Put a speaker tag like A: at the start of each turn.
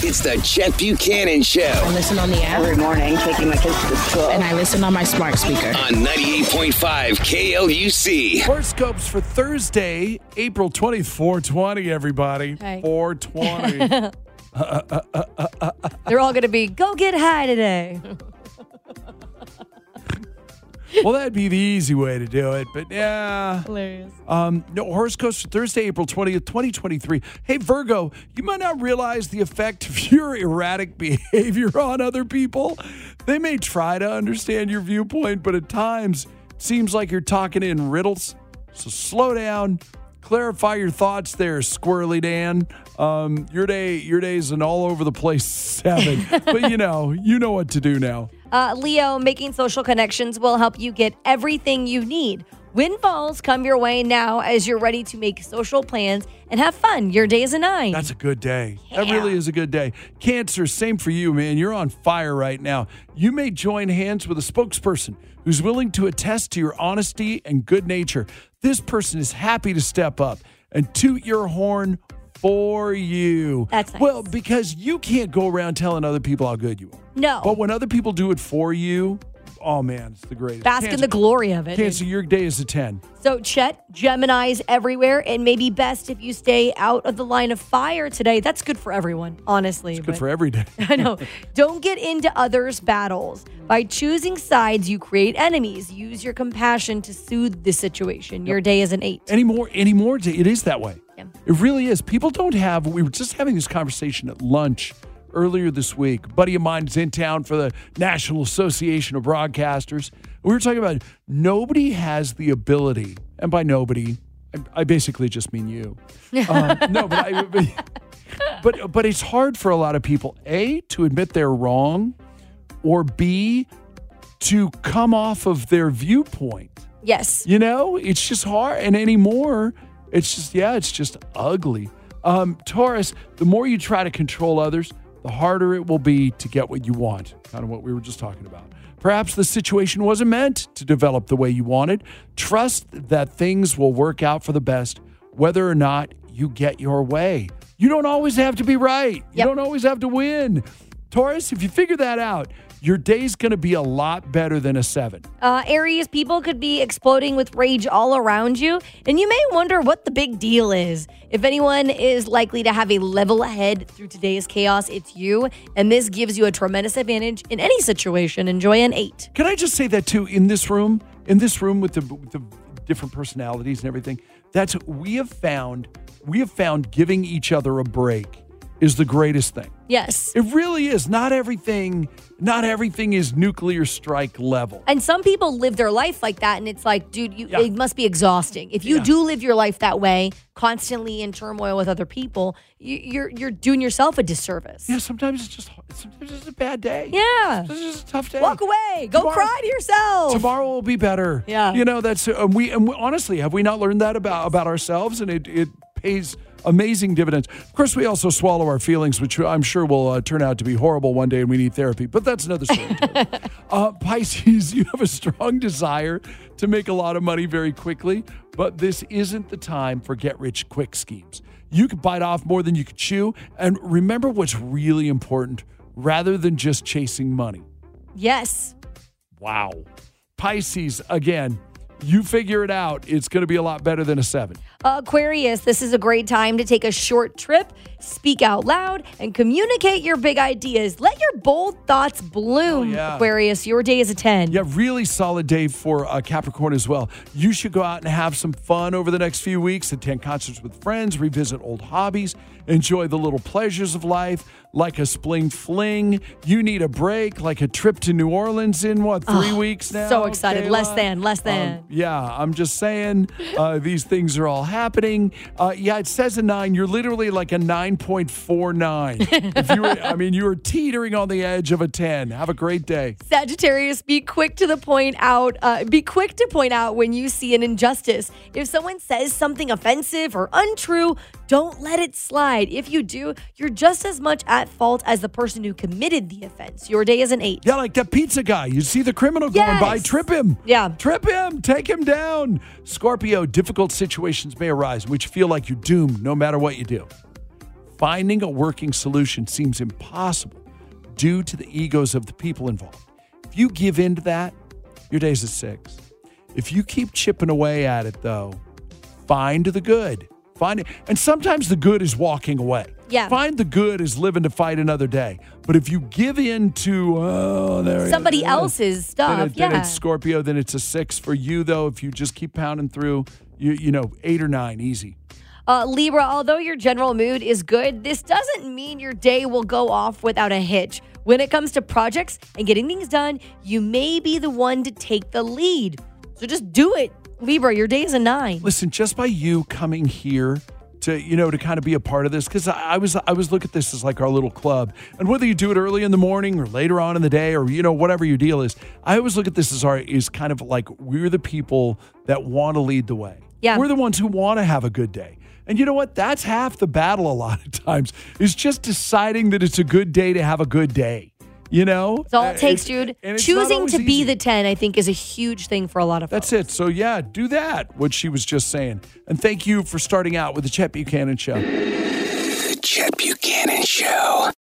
A: It's the Chet Buchanan
B: I
A: Show
B: listen on the app
C: every morning taking my kids to school.
B: and I listen on my smart speaker.
A: on 98.5 KLUC.
D: Horoscopes for Thursday, April 20th, 420, everybody.
E: Hey.
D: 420.
E: They're all going to be go get high today.
D: well, that'd be the easy way to do it, but yeah.
E: Hilarious.
D: Um, no, horoscopes for Thursday, April 20th, 2023. Hey, Virgo, you might not realize the effect of your erratic behavior on other people. They may try to understand your viewpoint, but at times it seems like you're talking in riddles. So slow down, clarify your thoughts there, Squirrely Dan. Um, your day, your day's an all over the place seven, but you know, you know what to do now.
E: Uh, Leo, making social connections will help you get everything you need. Windfalls come your way now as you're ready to make social plans and have fun. Your day is a nine.
D: That's a good day. That
E: Yeah.
D: really is a good day. Cancer, same for you, man. You're on fire right now. You may join hands with a spokesperson who's willing to attest to your honesty and good nature. This person is happy to step up and toot your horn for you.
E: That's nice.
D: Well, because you can't go around telling other people how good you are.
E: No.
D: But when other people do it for you, oh man, it's the greatest.
E: Bask in
D: Cancer-
E: the glory of it.
D: Cancer, your day is a 10.
E: So, Chet, Gemini's everywhere. It may be best if you stay out of the line of fire today. That's good for everyone, honestly.
D: Good
E: but-
D: for every day.
E: I know. Don't get into others' battles. By choosing sides, you create enemies. Use your compassion to soothe the situation. Your day is an eight.
D: anymore anymore it is that way
E: Yeah.
D: it really is people don't have we were just having this conversation at lunch earlier this week a buddy of mine's in town for the national association of broadcasters we were talking about nobody has the ability and by nobody i, I basically just mean you Uh, no but i but but it's hard for a lot of people a to admit they're wrong or b to come off of their viewpoint
E: Yes.
D: you know, it's just hard. And anymore, it's just, yeah, it's just ugly. Um, Taurus, the more you try to control others, the harder it will be to get what you want. Kind of what we were just talking about. Perhaps the situation wasn't meant to develop the way you wanted. Trust that things will work out for the best, whether or not you get your way. You don't always have to be right, you
E: Yep.
D: don't always have to win. Taurus, if you figure that out, your day's going to be a lot better than a seven.
E: Uh, Aries, people could be exploding with rage all around you, and you may wonder what the big deal is. If anyone is likely to have a level head through today's chaos, it's you, and this gives you a tremendous advantage in any situation. Enjoy an eight.
D: Can I just say that too? In this room, in this room with the, with the different personalities and everything, that's we have found. We have found giving each other a break is the greatest thing.
E: Yes.
D: It really is. Not everything. Not everything is nuclear strike level.
E: And some people live their life like that, and it's like, dude, you,
D: Yeah.
E: it must be exhausting. If you
D: Yeah.
E: do live your life that way, constantly in turmoil with other people, you, you're you're doing yourself a disservice.
D: Yeah, sometimes it's just sometimes it's a bad day.
E: Yeah.
D: Sometimes it's just a tough day.
E: Walk away. Go
D: Tomorrow-
E: cry to yourself.
D: Tomorrow will be better.
E: Yeah.
D: You know that's and we and we, honestly have we not learned that about about ourselves and it it pays amazing dividends. Of course, we also swallow our feelings, which I'm sure will uh, turn out to be horrible one day, and we need therapy. But that's another story. uh, Pisces, you have a strong desire to make a lot of money very quickly, but this isn't the time for get rich quick schemes. You could bite off more than you could chew, and remember what's really important rather than just chasing money.
E: Yes.
D: Wow. Pisces, again, you figure it out. It's going to be a lot better than a seven.
E: Aquarius, this is a great time to take a short trip, speak out loud, and communicate your big ideas. Let your bold thoughts bloom,
D: Oh, yeah.
E: Aquarius. Your day is a 10.
D: Yeah, really solid day for uh, Capricorn as well. You should go out and have some fun over the next few weeks, attend concerts with friends, revisit old hobbies, enjoy the little pleasures of life, like a spling fling. You need a break, like a trip to New Orleans in what, three weeks now?
E: so excited. Less
D: Kayla?
E: than, less
D: Um,
E: than.
D: yeah, I'm just saying uh, these things are all happening. Uh, yeah, it says a nine. You're literally like a 9.49. if you were, I mean, you were teetering on the edge of a 10. Have a great day.
E: Sagittarius, be quick to the point out. Uh, be quick to point out when you see an injustice. If someone says something offensive or untrue, don't let it slide. If you do, you're just as much at fault as the person who committed the offense. Your day is an eight.
D: Yeah, like that pizza guy. You see the criminal going
E: Yes.
D: by, trip him.
E: Yeah.
D: Trip him. Take him down. Scorpio, difficult situations may arise in which you feel like you're doomed no matter what you do. Finding a working solution seems impossible due to the egos of the people involved. If you give in to that, your day's at six. If you keep chipping away at it, though, find the good. Find it. And sometimes the good is walking away.
E: Yeah.
D: Find the good is living to fight another day. But if you give in to, oh, there it
E: Somebody
D: is.
E: else's stuff,
D: Then, it- then
E: yeah.
D: it's Scorpio. Then it's a six for you, though. If you just keep pounding through, you you know eight or nine, easy.
E: Uh, Libra, although your general mood is good, this doesn't mean your day will go off without a hitch. When it comes to projects and getting things done, you may be the one to take the lead. So just do it. Libra, your day is a nine.
D: Listen, just by you coming here to you know to kind of be a part of this, because I, I was I was look at this as like our little club, and whether you do it early in the morning or later on in the day or you know whatever your deal is, I always look at this as our is kind of like we're the people that want to lead the way.
E: Yeah.
D: we're the ones who want to have a good day. And you know what? That's half the battle a lot of times is just deciding that it's a good day to have a good day. You know?
E: That's all it
D: Uh,
E: takes,
D: it's-
E: dude.
D: and it's not
E: Choosing
D: always
E: to be
D: easy.
E: the 10, I think, is a huge thing for a lot of
D: That's
E: folks.
D: it. So yeah, do that, what she was just saying. And thank you for starting out with the Chet Buchanan show.
A: The Chet Buchanan Show.